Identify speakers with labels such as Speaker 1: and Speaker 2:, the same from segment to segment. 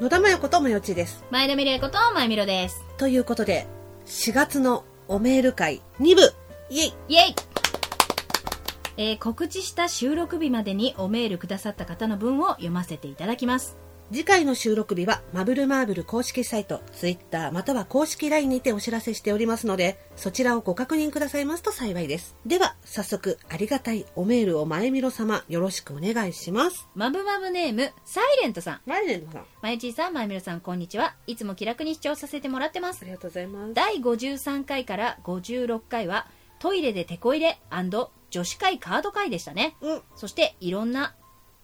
Speaker 1: 野田真代子ともよちです。
Speaker 2: 前田美玲子と前みろです。
Speaker 1: ということで、4月のおメール会2部、イエイ
Speaker 2: イェイえー告知した収録日までにおメールくださった方の文を読ませていただきます。
Speaker 1: 次回の収録日は、マブルマーブル公式サイト、Twitter または公式 LINE にてお知らせしておりますので、そちらをご確認くださいますと幸いです。では、早速、ありがたいおメールを前みろ様、よろしくお願いします。
Speaker 2: マブマブネーム、サイレントさん。
Speaker 1: マイレンさん、あ
Speaker 2: まゆちーさん、まゆみろさん、こんにちは。いつも気楽に視聴させてもらってます。
Speaker 1: りがとうございます。
Speaker 2: 第53回から56回は、トイレでテこ入れ女子会カード会でしたね。
Speaker 1: うん、
Speaker 2: そしていろんな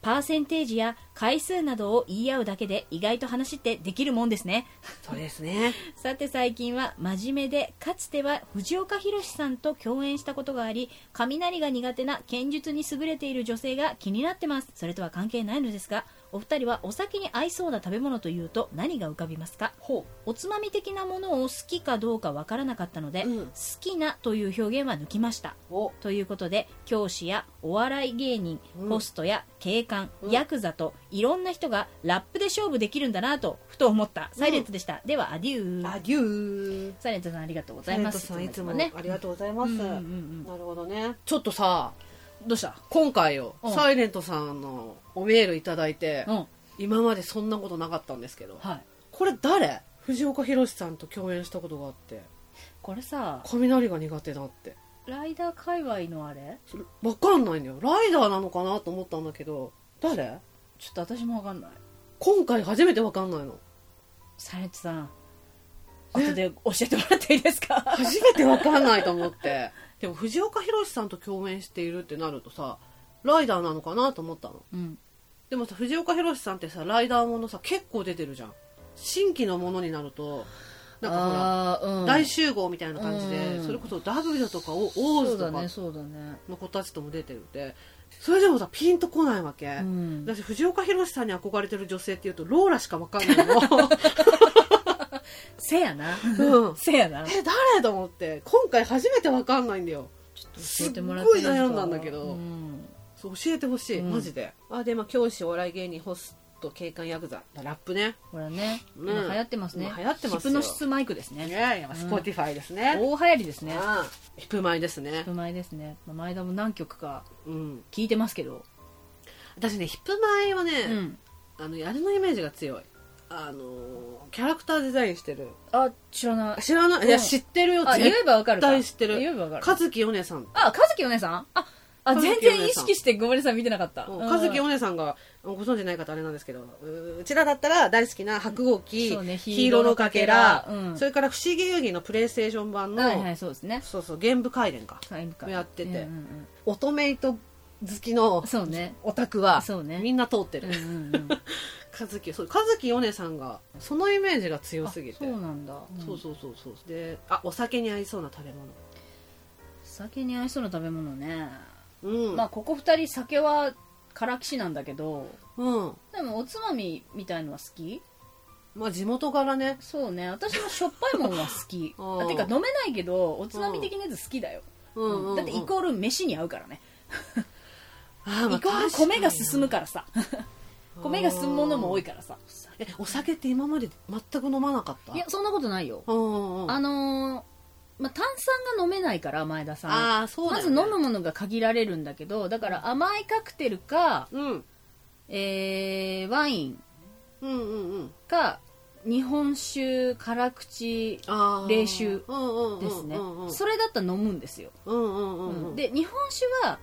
Speaker 2: パーセンテージや回数などを言い合うだけで意外と話ってできるもんですね
Speaker 1: そうですね。
Speaker 2: さて最近は真面目でかつては藤岡弘さんと共演したことがあり雷が苦手な剣術に優れている女性が気になってますそれとは関係ないのですがお二人はお酒に合いそうな食べ物というと何が浮かびますかおつまみ的なものを好きかどうかわからなかったので、
Speaker 1: うん
Speaker 2: 好きなという表現は抜きました
Speaker 1: お
Speaker 2: ということで教師やお笑い芸人、
Speaker 1: うん
Speaker 2: ホストや警
Speaker 1: うん
Speaker 2: 官、ヤクザといろんな人がラップで勝負できるんだなとふと思ったサイレントでした、ではアデュー
Speaker 1: アデュー。
Speaker 2: サイレントさんありがとうございます
Speaker 1: タレントさんいつも
Speaker 2: ね
Speaker 1: ありがとうございます。
Speaker 2: うんうんうんうん
Speaker 1: なるほどね。ちょっとさ、
Speaker 2: どうした
Speaker 1: 今回よ、
Speaker 2: うん
Speaker 1: サイレントさんのおメールいただいて、
Speaker 2: うん
Speaker 1: 今までそんなことなかったんですけど、
Speaker 2: はい
Speaker 1: これ誰藤岡弘さんと共演したことがあって、
Speaker 2: これさ
Speaker 1: 雷が苦手だって。
Speaker 2: ライダー界隈のあれ
Speaker 1: それわかんないんだよ。ライダーなのかなと思ったんだけど、誰
Speaker 2: ちょっと私もわかんない
Speaker 1: 今回初めてわかんないの。
Speaker 2: サイレントさん後で教えてもらっていいですか
Speaker 1: 初めてわかんないと思 って。でも藤岡弘さんと共演しているってなるとさ、ライダーなのかなと思ったの。
Speaker 2: うん
Speaker 1: でもさ藤岡弘さんってさライダーものさ結構出てるじゃん新規のものになるとなんかほら、
Speaker 2: あーうん
Speaker 1: 大集合みたいな感じで、
Speaker 2: うん
Speaker 1: それこそ W とかオー
Speaker 2: そ
Speaker 1: ズ
Speaker 2: うだ
Speaker 1: とか
Speaker 2: ねそうだね
Speaker 1: の子たちとも出てるってそれでもさピンとこないわけ、
Speaker 2: うん
Speaker 1: 私藤岡弘さんに憧れてる女性っていうとローラしかわかん ないの
Speaker 2: せやな、
Speaker 1: うん
Speaker 2: せやな
Speaker 1: え誰と思って今回初めてわかんないんだよ
Speaker 2: ちょっと教えてもらっていいですか
Speaker 1: すっごい悩んだんだけど
Speaker 2: うん
Speaker 1: そう教えてほしい、
Speaker 2: うん
Speaker 1: マジであでまあ教師お笑い芸人ホスト警官ヤクザラップね
Speaker 2: ほらね、
Speaker 1: ね
Speaker 2: 今流行ってますね
Speaker 1: 今流行ってますよ
Speaker 2: ヒプノシスマイクですね
Speaker 1: ねやっぱスポティファイですね、
Speaker 2: 大流行りですね
Speaker 1: ああヒップマイですね
Speaker 2: ヒプ、マイですねまあ前田も何曲か
Speaker 1: うん、
Speaker 2: 聞いてますけど、
Speaker 1: 私ねヒップマイはね、
Speaker 2: うん、
Speaker 1: あのあれのイメージが強いあのーキャラクターデザインしてる
Speaker 2: あ知らない
Speaker 1: 知らない、
Speaker 2: うん
Speaker 1: いや知ってるよ
Speaker 2: あ言えばわかるか
Speaker 1: 絶対知ってる
Speaker 2: 言えばわかる
Speaker 1: 和樹お姉さん、
Speaker 2: あ和樹お姉さんああ
Speaker 1: 和樹お姉
Speaker 2: 全
Speaker 1: さん
Speaker 2: 然意識してごめんなさい見てなかった、
Speaker 1: う
Speaker 2: うんん、
Speaker 1: 和樹お姉さんがご存知ない方あれなんですけどううちらだったら大好きな白豪
Speaker 2: そ
Speaker 1: 機、
Speaker 2: うね
Speaker 1: ヒーローのかけら、
Speaker 2: ヒーローのかけらうん
Speaker 1: それから不思議遊戯のプレイステーション版の、
Speaker 2: はいはいそうですね
Speaker 1: そうそう玄武回伝かやってて
Speaker 2: うんうん
Speaker 1: 乙女糸好きの
Speaker 2: うん、そうね
Speaker 1: オタクは、
Speaker 2: そうね
Speaker 1: みんな通って
Speaker 2: う
Speaker 1: る、
Speaker 2: んうん うん
Speaker 1: 和樹そう和樹お姉さんがそのイメージが強
Speaker 2: あ
Speaker 1: すぎて
Speaker 2: そうなんだ、ん
Speaker 1: そうそうそうそうであお酒に合いそうな食べ物
Speaker 2: 酒に合いそうな食べ物ね
Speaker 1: うん、
Speaker 2: まあここ二人酒は辛きしなんだけど
Speaker 1: うん
Speaker 2: でもおつまみみたいのは好き
Speaker 1: まあ地元からね
Speaker 2: そうね私もしょっぱいもんは好き
Speaker 1: うん
Speaker 2: あてか飲めないけどおつまみ的なやつ好きだよ、
Speaker 1: うんうん、うん、
Speaker 2: だってイコール飯に合うからね、
Speaker 1: あーまあ
Speaker 2: イコール米が進むからさ
Speaker 1: 確かに
Speaker 2: 米が進むものも多いからさ
Speaker 1: えお酒って今まで全く飲まなかった
Speaker 2: いやそんなことないよ、
Speaker 1: うんうんうん
Speaker 2: あのーまあ、炭酸が飲めないから前田さん
Speaker 1: あーそうだ
Speaker 2: ま
Speaker 1: よ
Speaker 2: ず
Speaker 1: ね、
Speaker 2: 飲むものが限られるんだけどだから甘いカクテルか、
Speaker 1: うん
Speaker 2: えーワイン
Speaker 1: うんうんうん
Speaker 2: か日本酒辛口
Speaker 1: あー
Speaker 2: 冷酒
Speaker 1: うんうんうんうん
Speaker 2: ですね、
Speaker 1: うんうん
Speaker 2: それだったら飲むんですよ、
Speaker 1: うんうんうん
Speaker 2: で日本酒は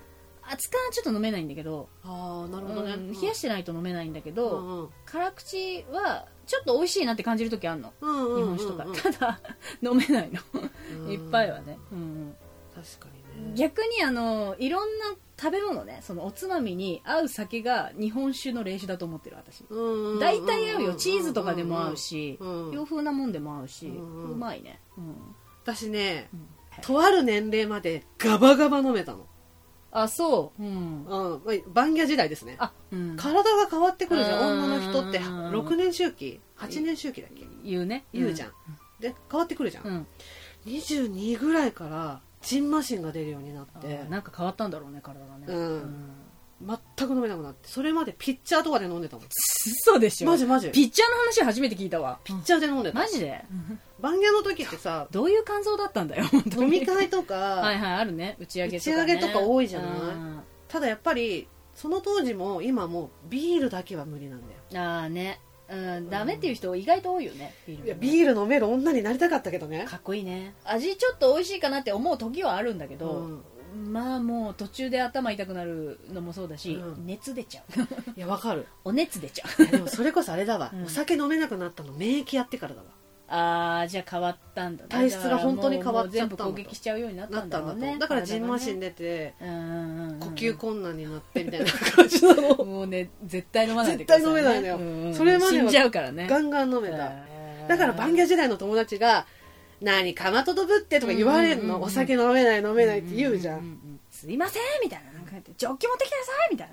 Speaker 2: 熱燗はちょっと飲めないんだけど、
Speaker 1: ああなるほどね、
Speaker 2: うん冷やしてないと飲めないんだけど、
Speaker 1: うんうん
Speaker 2: 辛口はちょっと美味しいなって感じる時あんの
Speaker 1: うんうん
Speaker 2: 日
Speaker 1: うんうん
Speaker 2: 本酒とか、ただ 飲めないの いっぱいはね、うん
Speaker 1: 確か
Speaker 2: う
Speaker 1: に
Speaker 2: ん
Speaker 1: ね
Speaker 2: 逆にあのいろんな食べ物ねそのおつまみに合う酒が日本酒の冷酒だと思ってる私
Speaker 1: うんうんうんうん
Speaker 2: 大体合うよチーズとかでも合うし、
Speaker 1: うん
Speaker 2: 洋風なもんでも合うし、
Speaker 1: う
Speaker 2: うん
Speaker 1: うん
Speaker 2: まいね、うん
Speaker 1: 私ね
Speaker 2: うん
Speaker 1: とある年齢までガバガバ飲めたの、
Speaker 2: あそう、うん
Speaker 1: うん、まあバンギャ時代ですね
Speaker 2: あ、うん、
Speaker 1: 体が変わってくるじゃん
Speaker 2: うん
Speaker 1: 女の人って
Speaker 2: うん
Speaker 1: 6年周期8年周期だっけ
Speaker 2: 言うね
Speaker 1: 言うじゃん、
Speaker 2: ん、
Speaker 1: で変わってくるじゃん、
Speaker 2: うん
Speaker 1: 22ぐらいからジンマシンが出るようになっ
Speaker 2: あ
Speaker 1: て
Speaker 2: ーなんか変わったんだろうね体がね
Speaker 1: うん全く飲めなくなってそれまでピッチャーとかで飲んでたもん
Speaker 2: 嘘でしょ
Speaker 1: マジマジピ
Speaker 2: ピッチャーの話初めて聞いたわ
Speaker 1: ッチャーで飲んでた
Speaker 2: マジで
Speaker 1: 番屋の時ってさ
Speaker 2: どういう感想だったんだよ 本当に
Speaker 1: 飲み会とか、
Speaker 2: はいはいあるね打ち上げとか、ね、
Speaker 1: 打ち上げとか多いじゃない
Speaker 2: うん
Speaker 1: ただやっぱりその当時も今もビールだけは無理なんだよ
Speaker 2: ああね、うん、ダメっていう人意外と多いよねビールも
Speaker 1: いや
Speaker 2: ね
Speaker 1: ビール飲める女になりたかったけどね
Speaker 2: かっこいいね味ちょっと美味しいかなって思う時はあるんだけど、まあもう途中で頭痛くなるのもそうだし、
Speaker 1: うん
Speaker 2: 熱出ちゃう
Speaker 1: いやわかる
Speaker 2: お熱 出ちゃ
Speaker 1: いうやでもそれこそあれだわ、
Speaker 2: うん
Speaker 1: お酒飲めなくなったの免疫やってからだわ
Speaker 2: ああじゃあ変わったんだね
Speaker 1: 体質が本当に変わっちゃったんだ
Speaker 2: だからもうもう全部攻撃しちゃうようになった
Speaker 1: なっ
Speaker 2: ん
Speaker 1: た
Speaker 2: だ
Speaker 1: んだ
Speaker 2: ろ
Speaker 1: と
Speaker 2: う
Speaker 1: 思う、
Speaker 2: ね
Speaker 1: だからジンマシン出て
Speaker 2: 体がねうんうんうんうん
Speaker 1: 呼吸困難になってみたいな 感じなの
Speaker 2: もうね絶対飲まないでください、ね、
Speaker 1: 絶対飲めないのよ
Speaker 2: うんうん
Speaker 1: それまでは
Speaker 2: 死んじゃうからね
Speaker 1: ガンガン飲めただからバンギャ時代の友達が「何かまととぶって」とか言われる
Speaker 2: うんうん
Speaker 1: の、
Speaker 2: うんうん
Speaker 1: お酒飲めない飲めないって言うじゃん,、
Speaker 2: ううううすいませんみたいななんかジョッキ持ってきなさいみたい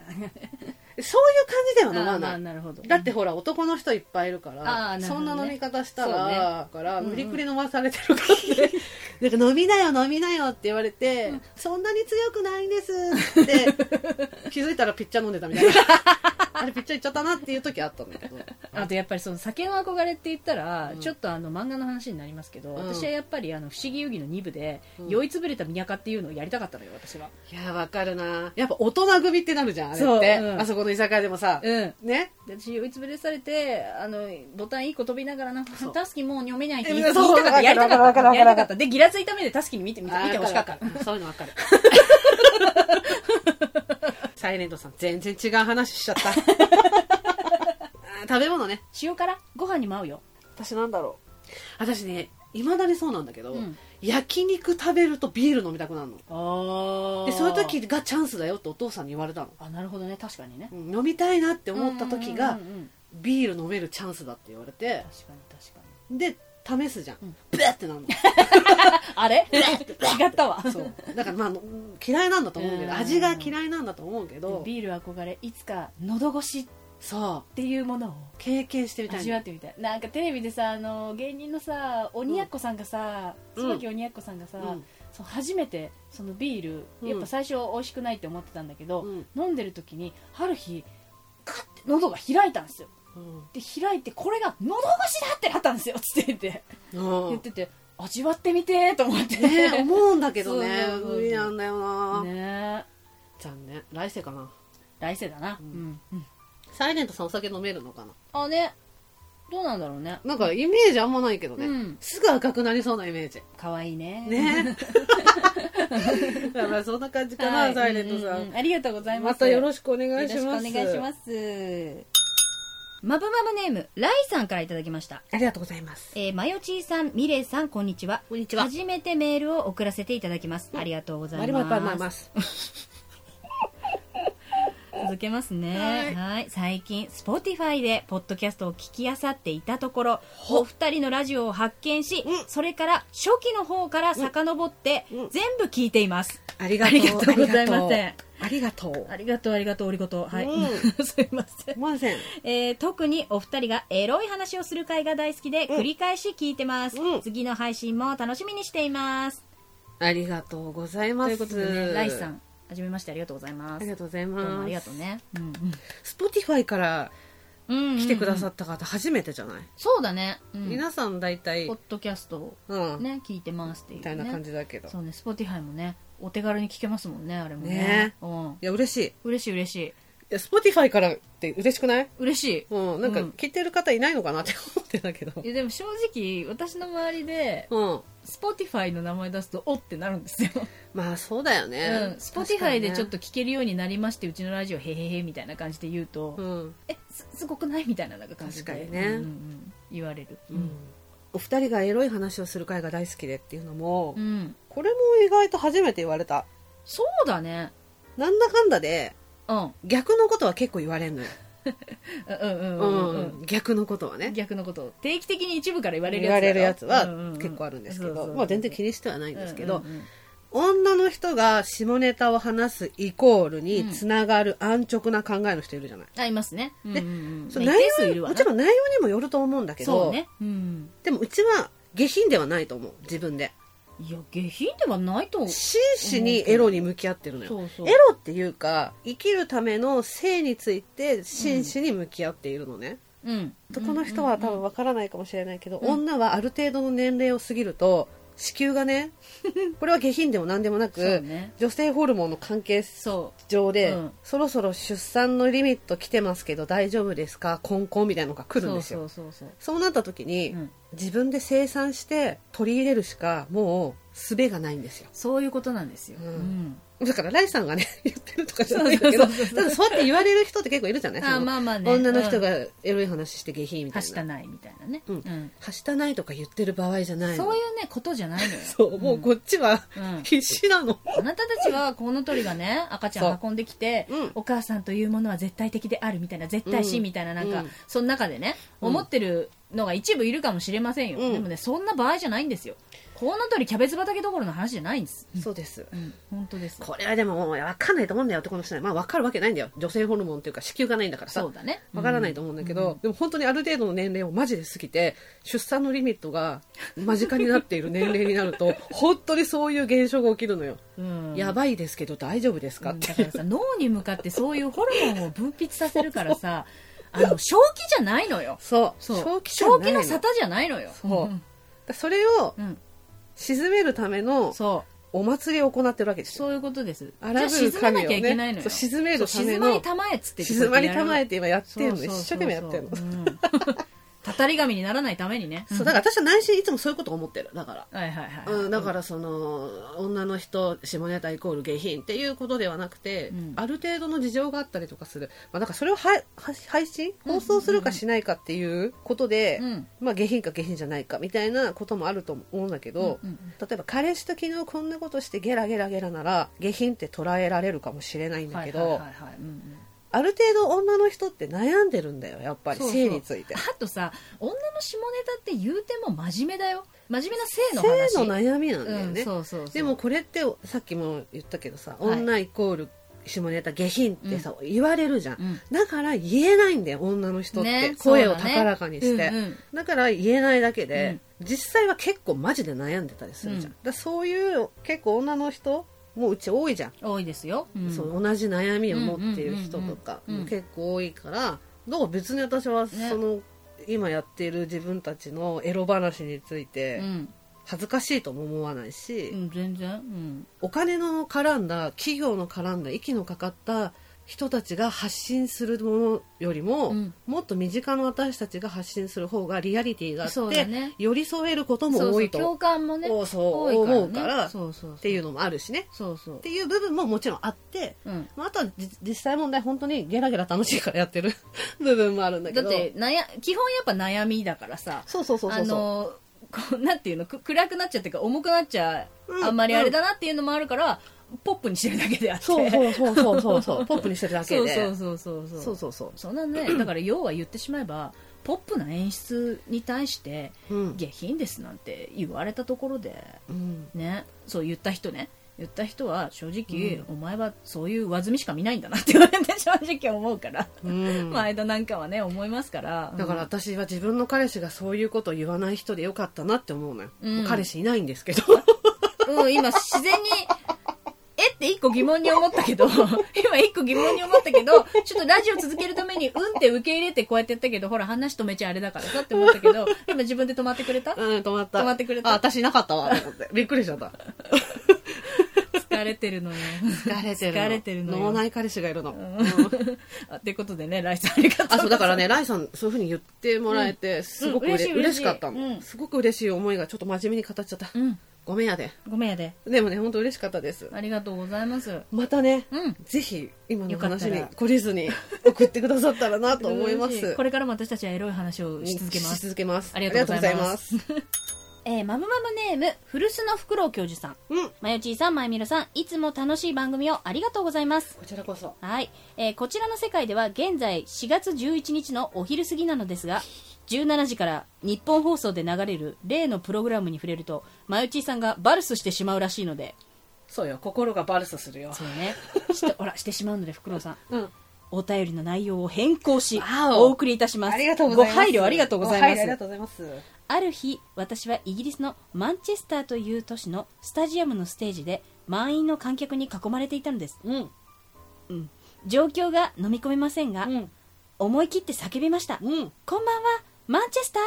Speaker 1: そういう感じでは
Speaker 2: な
Speaker 1: 飲まない
Speaker 2: あーなるほど
Speaker 1: だってほら男の人いっぱいいるから、
Speaker 2: あーなる
Speaker 1: そ
Speaker 2: ほど
Speaker 1: ん
Speaker 2: ね
Speaker 1: な飲み方した
Speaker 2: そう
Speaker 1: ら、
Speaker 2: ね
Speaker 1: だから
Speaker 2: うんうん
Speaker 1: 無理くり飲まされてるから ねなんか飲みなよ飲みなよって言われて、そんなに強くないんですって気づいたらピッチャー飲んでたみ たいなあれピッチャーいっちゃったなっていう時あったんだけど
Speaker 2: あとやっぱりその酒の憧れって言ったら、
Speaker 1: うん
Speaker 2: ちょっとあの漫画の話になりますけど、
Speaker 1: ん
Speaker 2: 私はやっぱりあの不思議遊戯の2部で、
Speaker 1: うん
Speaker 2: 酔いつぶれた宮かっていうのをやりたかったのよ私はい
Speaker 1: やわかるなやっぱ大人組ってなるじゃんあれって、
Speaker 2: そううん
Speaker 1: あそこの居酒屋でもさ、
Speaker 2: うん
Speaker 1: ね
Speaker 2: で私酔いつぶれされてあのボタン1個飛びながらなんか
Speaker 1: そう
Speaker 2: タスキもう読めないって
Speaker 1: え
Speaker 2: 言いた
Speaker 1: そう
Speaker 2: かったやりたか
Speaker 1: わ
Speaker 2: っ
Speaker 1: かるわかるわか
Speaker 2: た
Speaker 1: る
Speaker 2: やりたかったでギラついた目でタスキに見て見て見てほしかった
Speaker 1: そういうのわ かるサイレントさん全然違う話しちゃった あー食べ物ね
Speaker 2: 塩辛ご飯にも合うよ
Speaker 1: 私なんだろう私ねいまだにそうなんだけど、
Speaker 2: うん
Speaker 1: 焼肉食べるとビール飲みたくなるの
Speaker 2: あ
Speaker 1: でそういう時がチャンスだよってお父さんに言われたの、
Speaker 2: あなるほどね確かにね
Speaker 1: うん飲みたいなって思った時が
Speaker 2: うんうんうんうん
Speaker 1: ビール飲めるチャンスだって言われて
Speaker 2: 確かに確かに
Speaker 1: で試すじゃん、
Speaker 2: ん
Speaker 1: ブーってなるの
Speaker 2: あれ違ったわ
Speaker 1: そうだからまあうん嫌いなんだと思うけ
Speaker 2: うん
Speaker 1: ど味が嫌いなんだと思うけど
Speaker 2: ビール憧れいつか喉越しっ
Speaker 1: そう
Speaker 2: ていうものを
Speaker 1: 経験してみたい
Speaker 2: 味わってみたいなんかテレビでさあの芸人のさ鬼奴さんがさ
Speaker 1: うん
Speaker 2: 椿鬼奴さんがさ、
Speaker 1: うん
Speaker 2: そう初めてそのビー
Speaker 1: う
Speaker 2: ル
Speaker 1: ん
Speaker 2: やっぱ最初美味しくないって思ってたんだけど、
Speaker 1: うん
Speaker 2: 飲んでる時にある日カッて喉が開いたんですよ
Speaker 1: うん
Speaker 2: で開いてこれが喉越しだってなったんですよつって言って
Speaker 1: うん
Speaker 2: 言ってて味わってみてーと思って
Speaker 1: ね思うんだけどね
Speaker 2: そうそうそう
Speaker 1: 無理なんだよな、
Speaker 2: ね
Speaker 1: 残念来世かな
Speaker 2: 来世だな、
Speaker 1: ん
Speaker 2: うん
Speaker 1: サイレントさんお酒飲めるのかな
Speaker 2: あねどうなんだろうね
Speaker 1: なんかイメージあんまないけどね、
Speaker 2: うん
Speaker 1: すぐ赤くなりそうなイメージ
Speaker 2: 可愛いね
Speaker 1: ね だからそんな感じかな、
Speaker 2: はい
Speaker 1: サイレントさん、
Speaker 2: うううありがとうございます
Speaker 1: またよろしくお願
Speaker 2: よろ
Speaker 1: い
Speaker 2: し
Speaker 1: し
Speaker 2: く
Speaker 1: ます
Speaker 2: お願いしますマブマブネームライさんからいただきました
Speaker 1: ありがとうございます
Speaker 2: えー、マヨチーさん、ミレイさん、こんにちは。
Speaker 1: こんにちは
Speaker 2: 初めてメールを送らせていただきます。ありがとうござい
Speaker 1: バリ
Speaker 2: ます。
Speaker 1: バリバリバリます
Speaker 2: 続けますね。は
Speaker 1: はいい
Speaker 2: 最近、Spotify で、ポッドキャストを聞き漁っていたところ、お二人のラジオを発見し、
Speaker 1: うん
Speaker 2: それから、初期の方から遡って、
Speaker 1: うんうん
Speaker 2: 全部聞いています。
Speaker 1: ありがとう
Speaker 2: ありがとうございません
Speaker 1: ありがとう
Speaker 2: ありがとう、ありがとう、ありがとう。はい。
Speaker 1: う
Speaker 2: すいません。
Speaker 1: ません
Speaker 2: えー特にお二人がエロい話をする回が大好きで、繰り返し聞いてます、
Speaker 1: うん
Speaker 2: 次の配信も楽しみにしています。
Speaker 1: ありがとうございます
Speaker 2: ということでね、ライさん、はじめましてありがとうございま
Speaker 1: あ
Speaker 2: す。
Speaker 1: りがとうござい
Speaker 2: どうも
Speaker 1: ま
Speaker 2: ありが
Speaker 1: す
Speaker 2: とうね。うん
Speaker 1: スポティファイから
Speaker 2: うん。
Speaker 1: 来てくだ
Speaker 2: い。
Speaker 1: さった方初めてじゃない、
Speaker 2: そうだね。うん
Speaker 1: 皆さん大体
Speaker 2: ポッドキャストを
Speaker 1: うん、
Speaker 2: ね、聞いてますっていう、ね。
Speaker 1: みたいな感じだけど
Speaker 2: そうね、Spotify もね、お手軽に聞けますもんね、あれもね。
Speaker 1: ね
Speaker 2: うん。
Speaker 1: いや嬉しいい
Speaker 2: 嬉しい嬉しい。
Speaker 1: やスポティファイからって嬉しくない
Speaker 2: 嬉しい。
Speaker 1: うんなんか
Speaker 2: うん
Speaker 1: 聞いてる方いないのかなって思ってたけど
Speaker 2: いやでも正直、私の周りで、
Speaker 1: うん
Speaker 2: Spotify の名前出すと、おってなるんですよ。
Speaker 1: まあそうだよ
Speaker 2: うん
Speaker 1: ね。
Speaker 2: Spotify でちょっと
Speaker 1: 確
Speaker 2: 聞けるようになりまして、うちのラジオ、へへへみたいな感じで言うと、
Speaker 1: かにねうん
Speaker 2: え、すすごくないみたいななんか感じで。
Speaker 1: 確かにね
Speaker 2: うんうんうん言われる。
Speaker 1: うんお二人がエロい話をする回が大好きでっていうのも、
Speaker 2: うん。
Speaker 1: これも意外と初めて言われた
Speaker 2: そうだね。
Speaker 1: なんだかんだで
Speaker 2: うん。うん
Speaker 1: 逆のことは結構言われんのよ、う
Speaker 2: うんうんうん
Speaker 1: ん
Speaker 2: うん。
Speaker 1: 逆のことはね
Speaker 2: 逆のことを定期的に一部から言われる
Speaker 1: 言
Speaker 2: やつ
Speaker 1: わ
Speaker 2: だよ
Speaker 1: れるやつは
Speaker 2: うんうんうん
Speaker 1: 結構あるんですけ
Speaker 2: そうそう
Speaker 1: ど
Speaker 2: そう
Speaker 1: まあ全然気にしてはないんですけど、
Speaker 2: うんうんうん
Speaker 1: 女の人が下ネタを話すイコールにつながる安直な考えの人いるじゃない、
Speaker 2: あいますね
Speaker 1: で
Speaker 2: うんうんうん
Speaker 1: その
Speaker 2: まあ
Speaker 1: 内
Speaker 2: 一定数い
Speaker 1: 容
Speaker 2: る
Speaker 1: に
Speaker 2: わ
Speaker 1: も
Speaker 2: な
Speaker 1: ちろん内容にもよると思うんだけ
Speaker 2: そ
Speaker 1: ど、
Speaker 2: うねうん
Speaker 1: でもうちは下品ではないと思う自分で
Speaker 2: いや下品ではないと
Speaker 1: 真摯にエロに向き合ってるのよ
Speaker 2: そうそう
Speaker 1: エロっていうか生きるための性について真摯に向き合っているのね、
Speaker 2: うん
Speaker 1: 男の人は多分わからないかもしれないけど、
Speaker 2: うん
Speaker 1: 女はある程度の年齢を過ぎると子宮が ねこれは下品でも何でもなく、
Speaker 2: そうね
Speaker 1: 女性ホルモンの関係
Speaker 2: そ
Speaker 1: 上で、
Speaker 2: うん
Speaker 1: そろそろ出産のリミット来てますけど大丈夫ですかコンコンみたいなのが
Speaker 2: う
Speaker 1: 来るんですよ
Speaker 2: そうそうそう
Speaker 1: そうなった時に、
Speaker 2: そう、うん、
Speaker 1: 自分で生産して取り入れるしかもう術がないんですよ
Speaker 2: そういうことなんですよ、
Speaker 1: う
Speaker 2: うんん
Speaker 1: だからライさんがね 言ってるとかじゃないんだけど
Speaker 2: そうそうそう
Speaker 1: ただそうやって言われる人って結構いるじゃない
Speaker 2: あ
Speaker 1: そ
Speaker 2: ー
Speaker 1: の
Speaker 2: まあまあね
Speaker 1: 女の人
Speaker 2: うん
Speaker 1: がエロい話して下品みた
Speaker 2: はいした
Speaker 1: な
Speaker 2: ないみたいなね、
Speaker 1: うん
Speaker 2: うん
Speaker 1: はしたないとか言ってる場合じゃないの
Speaker 2: そういうねことじゃないのよ
Speaker 1: そうもうこっちは
Speaker 2: うんうん
Speaker 1: 必死なの、
Speaker 2: あなたたちはコウノトリがね赤ちゃん運んできて、
Speaker 1: うん
Speaker 2: お母さんというものは絶対的であるみたいな絶対
Speaker 1: う
Speaker 2: し
Speaker 1: ん
Speaker 2: みたいななんか、
Speaker 1: うん
Speaker 2: その中でね、
Speaker 1: うん
Speaker 2: 思ってるのが一部いるかもしれませんよ、
Speaker 1: うん
Speaker 2: でもねそんな場合じゃないんですよコウノトリキャベツ畑どころの話じゃないんです、
Speaker 1: そうです
Speaker 2: うん、本当です
Speaker 1: これはでももう分かんないと思うんだよ男の人はまあ分かるわけないんだよ女性ホルモンっていうか子宮がないんだからさ
Speaker 2: そうだね
Speaker 1: わからないと思うんだけど、でも本当にある程度の年齢をマジで過ぎて出産のリミットが間近になっている年齢になる と本当にそういう現象が起きるのよ、
Speaker 2: うん、
Speaker 1: やばいですけど大丈夫ですか
Speaker 2: う
Speaker 1: っ
Speaker 2: ん
Speaker 1: て
Speaker 2: だ
Speaker 1: い
Speaker 2: か
Speaker 1: う、
Speaker 2: らさ脳に向かってそういうホルモンを分泌させるから さあの正気じゃないのよ
Speaker 1: そう
Speaker 2: そう
Speaker 1: 正気じゃな
Speaker 2: 正
Speaker 1: い
Speaker 2: 気
Speaker 1: の
Speaker 2: の沙汰じゃないのよ
Speaker 1: そうそれを
Speaker 2: うん、うん
Speaker 1: 鎮めるための
Speaker 2: そう
Speaker 1: お祭りを行ってるわけですよ
Speaker 2: そういうことです。
Speaker 1: あら
Speaker 2: じ
Speaker 1: ぶ
Speaker 2: ゃ
Speaker 1: る神
Speaker 2: あ沈めな
Speaker 1: を
Speaker 2: きゃいけないの
Speaker 1: ね
Speaker 2: よ。
Speaker 1: そう沈めるため
Speaker 2: 静
Speaker 1: の
Speaker 2: まりたまえっつって
Speaker 1: 静まりたまえって今やってるの
Speaker 2: そうそうそうそう
Speaker 1: 一生懸命やってるの、
Speaker 2: うんたたり神にならないためにね。
Speaker 1: そうだから私は内心いつもそういうこと思ってるだから
Speaker 2: はいはいはい。
Speaker 1: うん、だからその女の人下ネタイコール下品っていうことではなくて、
Speaker 2: うん
Speaker 1: ある程度の事情があったりとかする、まあ、なんかそれをはは配信放送するかしないかっていうことで、
Speaker 2: うん
Speaker 1: まあ、下品か下品じゃないかみたいなこともあると思うんだけど、
Speaker 2: うんうん
Speaker 1: 例えば彼氏と昨日こんなことしてゲラゲラゲラなら下品って捉えられるかもしれないんだけど、
Speaker 2: はいはいはいはいうんうん
Speaker 1: ある程度女の人って悩んでるんだよやっぱり
Speaker 2: そうそう
Speaker 1: 性について。
Speaker 2: あとさ、女の下ネタって言うても真面目だよ。真面目な性の話。
Speaker 1: 性の悩みなんだよ
Speaker 2: うん
Speaker 1: ね、
Speaker 2: そうそうそう
Speaker 1: でもこれってさっきも言ったけどさ、
Speaker 2: はい
Speaker 1: 女イコール下ネタ下品ってさ、言われるじゃん、
Speaker 2: うん
Speaker 1: だから言えないんだよ女の人って、
Speaker 2: ね
Speaker 1: 声を
Speaker 2: そうだね
Speaker 1: 高らかにしてだ,、
Speaker 2: うんうん
Speaker 1: から言えないだけで、実際は結構マジで悩んでたりするじゃん、
Speaker 2: う
Speaker 1: だ
Speaker 2: ん
Speaker 1: からそういう結構女の人もううち多いじゃん、
Speaker 2: 多いですよ。うん
Speaker 1: そう同じ悩みを持っている人とか
Speaker 2: うんうんうんうんうん
Speaker 1: 結構多いからだから別に私はその、今やっている自分たちのエロ話について
Speaker 2: うん
Speaker 1: 恥ずかしいとも思わないし、
Speaker 2: うん全然。うん
Speaker 1: お金の絡んだ企業の絡んだ息のかかった人たちが発信するものよりも、
Speaker 2: うん
Speaker 1: もっと身近な私たちが発信する方がリアリティがあっ
Speaker 2: そう
Speaker 1: て、
Speaker 2: だね
Speaker 1: 寄り添えること
Speaker 2: そう
Speaker 1: も
Speaker 2: そ
Speaker 1: 多
Speaker 2: う
Speaker 1: いと
Speaker 2: 共感もね
Speaker 1: おうそう
Speaker 2: 多い
Speaker 1: 思うから
Speaker 2: そうそうそう
Speaker 1: っていうのもあるしね
Speaker 2: そうそう
Speaker 1: っていう部分ももちろんあって、
Speaker 2: うん
Speaker 1: まあ、あとはじ実際問題本当にゲラゲラ楽しいからやってる部分もあるんだけ
Speaker 2: だっ
Speaker 1: ど
Speaker 2: て悩基本やっぱ悩みだからさ
Speaker 1: そうそうそうそ
Speaker 2: あ
Speaker 1: うそう
Speaker 2: のこうなんていうのく暗くなっちゃってか重くなっちゃ
Speaker 1: うん
Speaker 2: あんまりあれだなっていうのもあるから、ポップにしてるだけであって
Speaker 1: そうそうそうそうそうそうポップにしてるだけで
Speaker 2: そうそうそうそう
Speaker 1: そうそうそう
Speaker 2: そん なねだから要は言ってしまえばポップな演出に対して
Speaker 1: うん
Speaker 2: 下品ですなんて言われたところで
Speaker 1: うん
Speaker 2: ねそう言った人ね言った人は正直、お前はそういう上積みしか見ないんだなって言われて正直思うから、
Speaker 1: うん
Speaker 2: 前田なんかはね思いますから
Speaker 1: だから私は自分の彼氏がそういうことを言わない人でよかったなって思うのよ、
Speaker 2: うん
Speaker 1: もう彼氏いないんですけ ど
Speaker 2: うん、今自然に、えって一個疑問に思ったけど、 今一個疑問に思ったけど、ちょっとラジオ続けるために、うんって受け入れてこうやってやったけど、ほら話止めちゃあれだからさって思ったけど、今自分で止まってくれ
Speaker 1: う
Speaker 2: た
Speaker 1: ん止まった
Speaker 2: 止まってくれた
Speaker 1: あ私いなかったわと思ってびっくりしちゃった
Speaker 2: 疲れてるのよ。
Speaker 1: 疲れてるの
Speaker 2: 疲れてるのよ
Speaker 1: 脳内彼氏がいるの、
Speaker 2: あってことでね、ライ さんありがとうご
Speaker 1: あ
Speaker 2: ざいます。
Speaker 1: そうだからねライさんそういうふうに言ってもらえて、すごくうれ、
Speaker 2: 嬉しい
Speaker 1: 嬉
Speaker 2: 嬉
Speaker 1: し
Speaker 2: しい
Speaker 1: かったの、
Speaker 2: うん
Speaker 1: すごく嬉しい思いがちょっと真面目に語っちゃった、
Speaker 2: うん、
Speaker 1: ごめんやで
Speaker 2: ごめんやで。
Speaker 1: でもね本当嬉しかったです
Speaker 2: ありがとうございます。
Speaker 1: またね、
Speaker 2: うん
Speaker 1: ぜひ今の
Speaker 2: よかった
Speaker 1: 話
Speaker 2: ら
Speaker 1: に懲りずに送ってくださったらなと思います
Speaker 2: これからも私たちはエロい話をし続けます
Speaker 1: し。続けます
Speaker 2: ありがとうございます
Speaker 1: ありがとう
Speaker 3: えー、マブマブネーム古巣のフクロウ教授さん
Speaker 1: ございますうん
Speaker 3: まよちーさんまゆみろさんいつも楽しい番組をありがとうございます
Speaker 1: こちらこそ
Speaker 3: はい、えーこちらの世界では現在4月11日のお昼過ぎなのですが17時から日本放送で流れる例のプログラムに触れるとマユチーさんがバルスしてしまうらしいので
Speaker 1: そうよ心がバルスするよ
Speaker 3: そうねしてほらしてしまうのでフクロウさん
Speaker 1: うん
Speaker 3: お便りの内容を変更し
Speaker 1: わお
Speaker 3: お送りいたします
Speaker 1: ありがとうございます
Speaker 3: ご配慮ありがとうござい
Speaker 1: 配慮あ
Speaker 3: ま
Speaker 1: りが
Speaker 3: す
Speaker 1: とうございます
Speaker 2: ある日私はイギリスのマンチェスターという都市のスタジアムのステージで満員の観客に囲まれていたのです
Speaker 1: うん
Speaker 2: 状況が飲み込めませんが、
Speaker 1: うん
Speaker 2: 思い切って叫びました、
Speaker 1: うん
Speaker 2: こんばんはマンチェスタ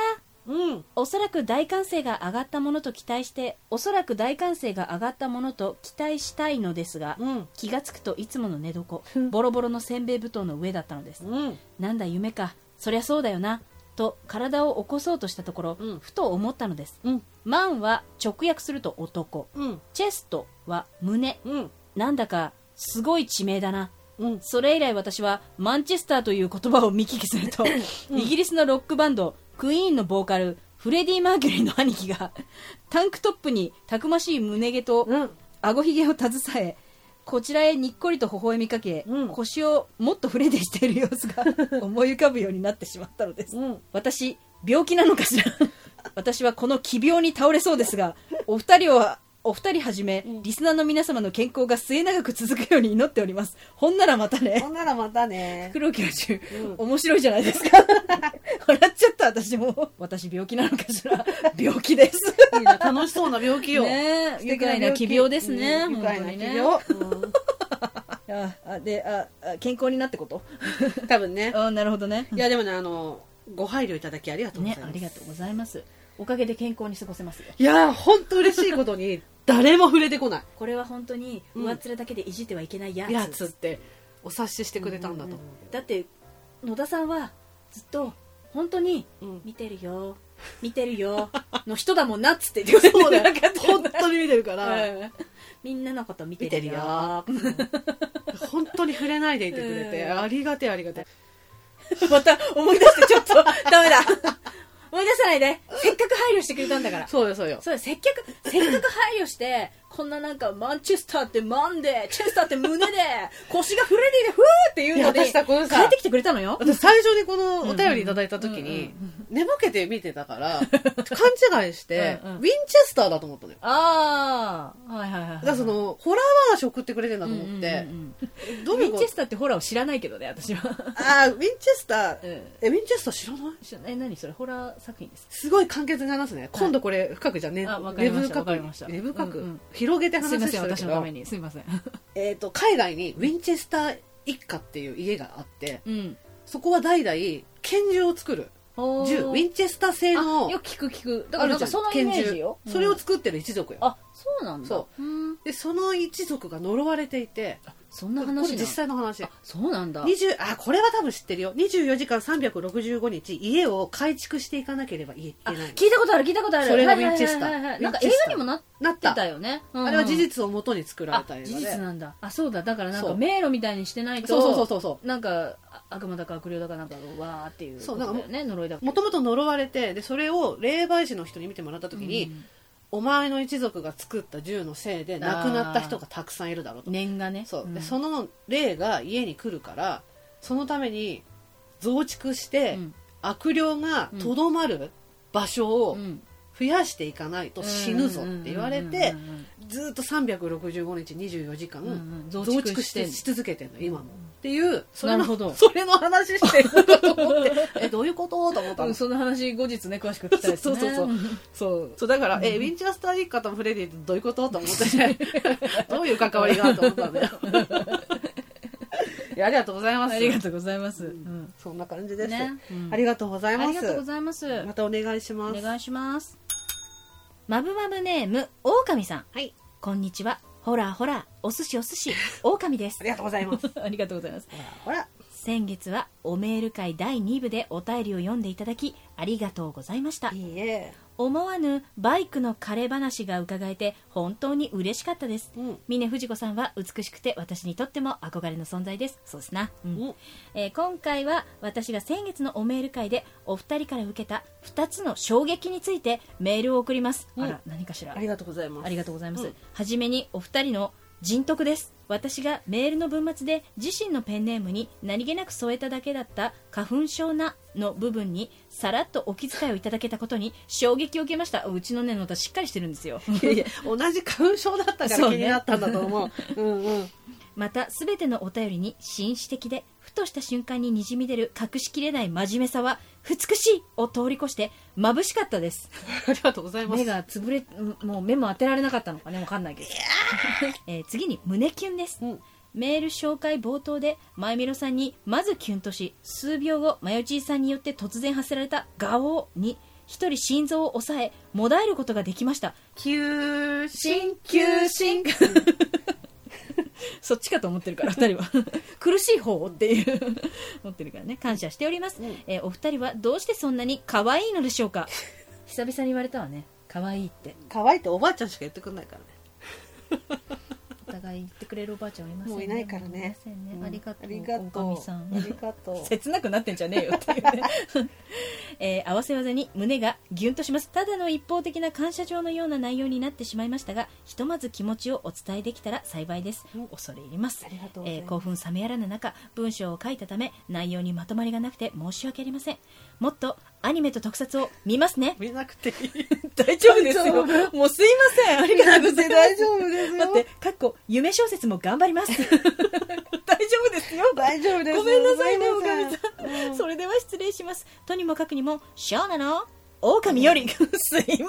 Speaker 2: ー
Speaker 1: うん
Speaker 2: おそらく大歓声が上がったものと期待しておそらく大歓声が上がったものと期待したいのですが、
Speaker 1: うん
Speaker 2: 気がつくといつもの寝床
Speaker 1: ふん
Speaker 2: ボロボロのせんべい布団の上だったのです
Speaker 1: うん
Speaker 2: なんだ夢かそりゃそうだよなと体を起こそうとしたところ、
Speaker 1: うん
Speaker 2: ふと思ったのです
Speaker 1: うん
Speaker 2: マンは直訳すると男
Speaker 1: うん
Speaker 2: チェストは胸
Speaker 1: うん
Speaker 2: なんだかすごい地名だな
Speaker 1: うん
Speaker 2: それ以来私はマンチェスターという言葉を見聞きすると、イギリスのロックバンドクイーンのボーカルフレディ・マーキュリーの兄貴がタンクトップにたくましい胸毛と
Speaker 1: うん
Speaker 2: 顎ひげを携えこちらへにっこりと微笑みかけ、
Speaker 1: うん
Speaker 2: 腰をもっとフレディしている様子が思い浮かぶようになってしまったのです
Speaker 1: うん
Speaker 2: 私病気なのかしら 私はこの奇病に倒れそうですがお二人はお二人はじめ、
Speaker 1: うん
Speaker 2: リスナーの皆様の健康が末永く続くように祈っておりますほんならまたね
Speaker 1: ほんならまたね
Speaker 2: 黒木教授、
Speaker 1: うん
Speaker 2: 面白いじゃないですか 笑っちゃった私も私病気なのかしら病気です
Speaker 1: いいな楽しそうな病気よ
Speaker 2: ねえ
Speaker 1: 素
Speaker 2: 愉
Speaker 1: 敵な
Speaker 2: 快
Speaker 1: 病
Speaker 2: な
Speaker 1: 気
Speaker 2: 奇病ですね、
Speaker 1: うん愉快な奇病
Speaker 2: 本
Speaker 1: うん
Speaker 2: 当にねああでああ健康になってこと
Speaker 1: 多分ね
Speaker 2: あなるほどね
Speaker 1: いやでもねあのご配慮いただきありがとうござい
Speaker 2: ね
Speaker 1: ます、
Speaker 2: ありがとうございますおかげで健康に過ごせますよ
Speaker 1: いやー本当嬉しいことに誰も触れてこない
Speaker 2: これは本当に
Speaker 1: うん
Speaker 2: 上っ面だけでいじってはいけないやつ
Speaker 1: やつってお察ししてくれたんだと思
Speaker 2: うだって野田さんはずっと本当に
Speaker 1: う、うん
Speaker 2: 見てるよ見てるよ の人だもんなっつって言ってくれ
Speaker 1: そう
Speaker 2: て
Speaker 1: だ
Speaker 2: な
Speaker 1: よ
Speaker 2: かったよ
Speaker 1: 本
Speaker 2: ね
Speaker 1: 当に見てるから、
Speaker 2: うんみんなのこと見て
Speaker 1: 見て
Speaker 2: る
Speaker 1: る
Speaker 2: よ
Speaker 1: よ本当に触れないでいてくれて、
Speaker 2: うん
Speaker 1: ありがてえありがてえ
Speaker 2: また思い出してちょっとダメだ思い出さないでせっかく配慮してくれたんだから
Speaker 1: そうよそうよ
Speaker 2: そうだ接客せっかく配慮してこんななんかマンチェスターってマンでチェスターって胸で腰がフレディでフーっていうの
Speaker 1: い
Speaker 2: で
Speaker 1: や私さこのさ
Speaker 2: 変えてきてくれたのよ
Speaker 1: 私最初にこのお便りいただいた時に寝ぼけて見てたから 勘違いして
Speaker 2: う
Speaker 1: ウ
Speaker 2: んう
Speaker 1: ィ
Speaker 2: ん
Speaker 1: ンチェスターだと思ったのよ
Speaker 2: ああはいはいはい、
Speaker 1: だからそのホラー話送ってくれてんだと思ってど
Speaker 2: ウ
Speaker 1: うい
Speaker 2: ィ
Speaker 1: う
Speaker 2: ン
Speaker 1: こ
Speaker 2: チェ
Speaker 1: と
Speaker 2: スターってホラーを知らないけどね私は、
Speaker 1: あーウィンチェスター
Speaker 2: うん、
Speaker 1: えウィンチェスター知らない
Speaker 2: 知らない何それホラー作品ですか
Speaker 1: すごい簡潔に話すね今度これ深くじゃね
Speaker 2: あわか
Speaker 1: レ
Speaker 2: り
Speaker 1: ブ
Speaker 2: ました
Speaker 1: 深
Speaker 2: わか
Speaker 1: く
Speaker 2: りました
Speaker 1: レブ深
Speaker 2: うんう
Speaker 1: く
Speaker 2: ん
Speaker 1: 広げて話
Speaker 2: すいません
Speaker 1: してる
Speaker 2: 私
Speaker 1: け
Speaker 2: のた
Speaker 1: ど
Speaker 2: めにすいません
Speaker 1: えーと海外にウィンチェスター一家っていう家があって
Speaker 2: うん
Speaker 1: そこは代々拳銃を作る銃ウィンチェスター製の
Speaker 2: あよく聞く聞くだ
Speaker 1: あ
Speaker 2: から
Speaker 1: るじ
Speaker 2: なんか
Speaker 1: ゃん
Speaker 2: そのイメージよ、
Speaker 1: 拳銃それ
Speaker 2: う
Speaker 1: を
Speaker 2: ん
Speaker 1: 作ってる一族よ
Speaker 2: あそうなんだ
Speaker 1: そ
Speaker 2: うん
Speaker 1: でその一族が呪われていて
Speaker 2: そんな
Speaker 1: これ
Speaker 2: 話なの
Speaker 1: 実際の話
Speaker 2: あそうなんだ
Speaker 1: 20あこれは多分知ってるよ24時間365日家を改築していかなければいけ
Speaker 2: あ
Speaker 1: ない
Speaker 2: 聞いたことある聞いたことある
Speaker 1: それがウィンチェスター
Speaker 2: はいはいはいはい
Speaker 1: ウィ
Speaker 2: なん
Speaker 1: ン
Speaker 2: か
Speaker 1: チ
Speaker 2: 映
Speaker 1: ェスター
Speaker 2: 画にもなって
Speaker 1: なった
Speaker 2: たよね、うんうん
Speaker 1: あれは事実をもとに作られ
Speaker 2: あ
Speaker 1: た映画で
Speaker 2: 事実なんだあそうだだからなんか迷路みたいにしてないと
Speaker 1: そうそうそうそうそう
Speaker 2: なんかあ悪魔だか悪霊だかなんかわーっていう
Speaker 1: そう
Speaker 2: ことだよ
Speaker 1: なん
Speaker 2: ね呪いだか
Speaker 1: もともと呪われてでそれを霊媒師の人に見てもらった時に、
Speaker 2: うん
Speaker 1: お前の一族が作った銃のせいで亡くなった人がたくさんいるだろうと
Speaker 2: 念がね
Speaker 1: そう、
Speaker 2: ん
Speaker 1: でその霊が家に来るからそのために増築して、
Speaker 2: うん
Speaker 1: 悪霊がとどまる場所を
Speaker 2: うん
Speaker 1: 増やしていかないと死ぬぞって言われて
Speaker 2: うんうんうんうん
Speaker 1: ずっと365日24時
Speaker 2: うんう
Speaker 1: 間
Speaker 2: ん
Speaker 1: 増
Speaker 2: 増
Speaker 1: 築
Speaker 2: 築
Speaker 1: し
Speaker 2: して
Speaker 1: てし続けてるの今も。っていうそれ
Speaker 2: な
Speaker 1: の
Speaker 2: るほど
Speaker 1: それの話してるのかと思って えどういうことと思った
Speaker 2: う
Speaker 1: の
Speaker 2: ん、その話後日ね詳しく聞きたいですね
Speaker 1: そうそうそう
Speaker 2: そう
Speaker 1: そうだから、えウィンチェスター一家とフレディってどういうことと思って ねどういう関わりがと思ったんだよいやありがとうございます
Speaker 2: ありがとうございます、うん
Speaker 1: そんな感じです、
Speaker 2: ねうん
Speaker 1: ありがとうござい
Speaker 2: あ
Speaker 1: ま
Speaker 2: りがとうご
Speaker 1: す
Speaker 2: ざいます
Speaker 1: またお願いしま
Speaker 2: お
Speaker 1: す
Speaker 2: 願いしますまぶまぶネームオオカミさん
Speaker 1: はい
Speaker 2: こんにちはほらほらお寿司お寿司オオカミです
Speaker 1: ありがとうございます
Speaker 2: ありがとうございます
Speaker 1: ほらほら
Speaker 2: 先月はおメール会第2部でお便りを読んでいただきありがとうございました
Speaker 1: いいえ
Speaker 2: 思わぬバイクの枯れ話が伺えて本当に嬉しかったです
Speaker 1: うん
Speaker 2: 峰富士子さんは美しくて私にとっても憧れの存在ですそうですな、うん
Speaker 1: うん
Speaker 2: えー今回は私が先月のおメール会でお二人から受けた2つの衝撃についてメールを送ります、
Speaker 1: うん
Speaker 2: あら何かしら
Speaker 1: ありがとうございます
Speaker 2: ありがとうございます、
Speaker 1: うん
Speaker 2: はじめにお二人の人徳です私がメールの文末で自身のペンネームに何気なく添えただけだった花粉症なの部分にさらっとお気遣いをいただけたことに衝撃を受けましたうちのねのたしっかりしてるんですよ
Speaker 1: いやいや同じ花粉症だったから気になったんだと思う。うんうん。
Speaker 2: またすべてのお便りに紳士的でふとした瞬間ににじみ出る隠しきれない真面目さは美しいを通り越して眩しかったです
Speaker 4: ありがとうございます
Speaker 2: 目。が潰れもう目も当てられなかったのかねわかんないけど、 えー次に胸キュンです、
Speaker 1: うん
Speaker 2: メール紹介冒頭で前みろさんにまずキュンとし数秒後マヨチーさんによって突然発せられた「ガオー」に一人心臓を抑えもだえることができました
Speaker 4: 急進
Speaker 2: 急進そっちかと思ってる から2人は苦しい方をっていう思ってるからね感謝しております、
Speaker 1: うん
Speaker 2: えーお二人はどうしてそんなに可愛いのでしょう か久々に言われたわね可愛いって
Speaker 1: 可愛いっておばあちゃんしか言ってくんないからね
Speaker 2: お互い言ってくれるおばあちゃんいません
Speaker 1: もういないからね
Speaker 2: いませんね
Speaker 1: うん
Speaker 2: ありがとう
Speaker 1: ありがとう
Speaker 2: 大神さん
Speaker 1: ありがとう
Speaker 2: 切なくなってんじゃねえよっていうね、 えー合わせ技に胸がギュンとしますただの一方的な感謝状のような内容になってしまいましたがひとまず気持ちをお伝えできたら幸いです、
Speaker 1: うん
Speaker 2: 恐れ入ります
Speaker 1: ありがとうござい
Speaker 2: えー
Speaker 1: ます
Speaker 2: 興奮冷めやらぬ中文章を書いたため内容にまとまりがなくて申し訳ありませんもっとアニメと特撮を見ますね
Speaker 1: 見なくていい
Speaker 2: 大丈夫
Speaker 1: ですよ
Speaker 2: もうすいませんあり
Speaker 1: 見なくて 大丈夫ですよ
Speaker 2: 待って、かっこ、夢小説も頑張 ります。大丈夫ですよ。
Speaker 1: 大丈夫です
Speaker 2: ごめんなさいね、
Speaker 1: ご
Speaker 2: お
Speaker 1: め
Speaker 2: か
Speaker 1: んな
Speaker 2: み
Speaker 1: さい
Speaker 2: さ
Speaker 1: うん
Speaker 2: ん。それでは失礼します。とにもかくにも、ショーなの 狼より。すいません、狼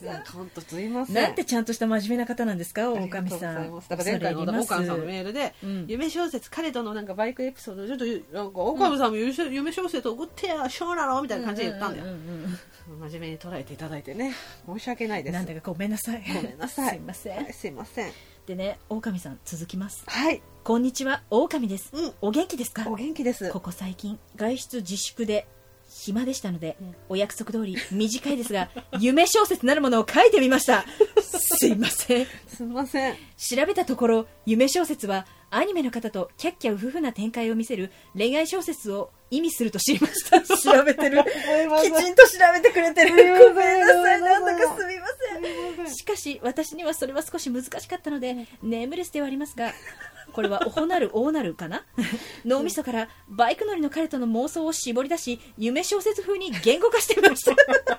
Speaker 2: さん。
Speaker 1: 本当すいません
Speaker 2: なんてちゃんとした真面目な方なんですか、
Speaker 1: あ
Speaker 2: お
Speaker 1: りがとう
Speaker 2: かみ
Speaker 1: ござ
Speaker 2: さ
Speaker 1: い
Speaker 2: ん。
Speaker 1: ますだから前回の
Speaker 2: 恐
Speaker 1: お
Speaker 2: れ
Speaker 1: か
Speaker 2: 入
Speaker 1: み
Speaker 2: り
Speaker 1: さ
Speaker 2: ま
Speaker 1: ん
Speaker 2: す
Speaker 1: のメールで、
Speaker 2: うん
Speaker 1: 夢小説彼とのなんかバイクエピソードちょっとなんかおかみさんも夢小夢小説送ってやしょうなのみたいな感じで言ったんだよ、
Speaker 2: ううん
Speaker 1: 真面目に捉えていただいてね申し訳ない
Speaker 2: うん
Speaker 1: です
Speaker 2: なんだかごめんなさい。
Speaker 1: ごめんなさい
Speaker 2: すいませ
Speaker 1: はい
Speaker 2: ん。
Speaker 1: すいません
Speaker 2: でね、狼さん続きます。
Speaker 1: はい
Speaker 2: こんにちは、狼です
Speaker 1: うん。
Speaker 2: お元気ですか
Speaker 1: お元気です
Speaker 2: ここ最近外出自粛で暇でしたので、
Speaker 1: うん
Speaker 2: お約束通り短いですが 夢小説なるものを書いてみましたすいません
Speaker 1: すいま せん
Speaker 2: 調べたところ夢小説はアニメの方とキャッキャウフフな展開を見せる恋愛小説を意味すると知り ました調べてる
Speaker 1: すいません
Speaker 2: んと調べてくれて
Speaker 1: ごめんなさい
Speaker 2: みませんしかし私にはそれは少し難しかったので眠れスではありますがこれはおほなる大なるかな脳みそからバイク乗りの彼との妄想を絞り出し夢小説風に言語化してみました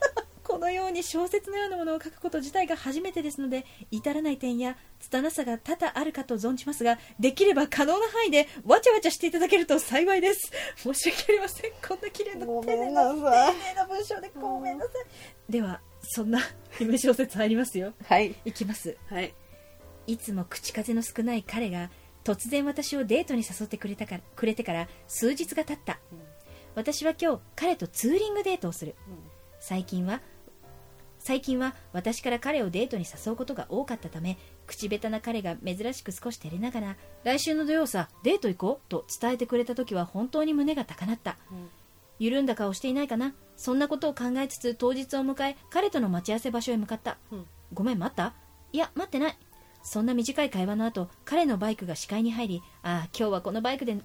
Speaker 2: このように小説のようなものを書くこと自体が初めてですので至らない点や拙さが多々あるかと存じますができれば可能な範囲でわちゃわちゃしていただけると幸いです申し訳ありませんこんな綺麗な
Speaker 1: ご
Speaker 2: 丁
Speaker 1: め
Speaker 2: 寧
Speaker 1: ん
Speaker 2: な
Speaker 1: なさい
Speaker 2: 丁寧な文章でごめんなさいではそんな夢小説入りますよ
Speaker 1: はい
Speaker 2: いきます
Speaker 1: はい
Speaker 2: いつも口数の少ない彼が突然私をデートに誘ってくれたかくれてから数日が経った、
Speaker 1: うん
Speaker 2: 私は今日彼とツーリングデートをする最近は最近は私から彼をデートに誘うことが多かったため口下手な彼が珍しく少し照れながら来週の土曜さデート行こうと伝えてくれた時は本当に胸が高鳴った緩んだ顔していないかなそんなことを考えつつ当日を迎え彼との待ち合わせ場所へ向かった、
Speaker 1: うん
Speaker 2: ごめん待ったいや待ってないそんな短い会話の後彼のバイクが視界に入りああ今日はこのバイクで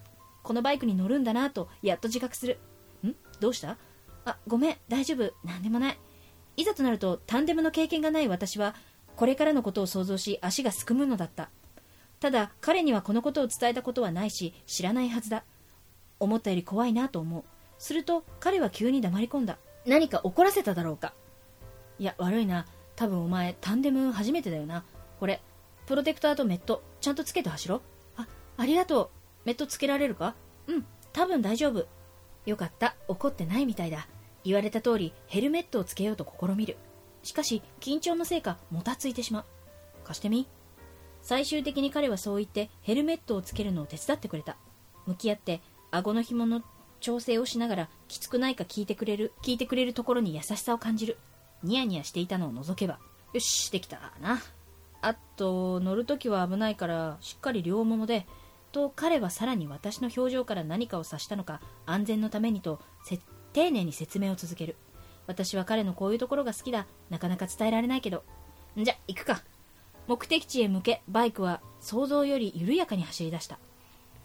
Speaker 2: このバイクに乗るんだなとやっと自覚するんどうしたあごめん大丈夫何でもないいざとなるとタンデムの経験がない私はこれからのことを想像し足がすくむのだったただ彼にはこのことを伝えたことはないし知らないはずだ思ったより怖いなと思うすると彼は急に黙り込んだ何か怒らせただろうかいや悪いな多分お前タンデム初めてだよなこれプロテクターとメットちゃんとつけて走ろうあありがとうメットつけられるかうん多分大丈夫よかった怒ってないみたいだ言われた通りヘルメットをつけようと試みるしかし緊張のせいかもたついてしまう貸してみ最終的に彼はそう言ってヘルメットをつけるのを手伝ってくれた向き合って顎の紐の調整をしながらきつくないか聞いてくれる聞いてくれるところに優しさを感じるニヤニヤしていたのを除けばよしできたなあと乗るときは危ないからしっかり両ももでと彼はさらに私の表情から何かを察したのか安全のためにとせ丁寧に説明を続ける私は彼のこういうところが好きだなかなか伝えられないけどんじゃ行くか目的地へ向けバイクは想像より緩やかに走り出した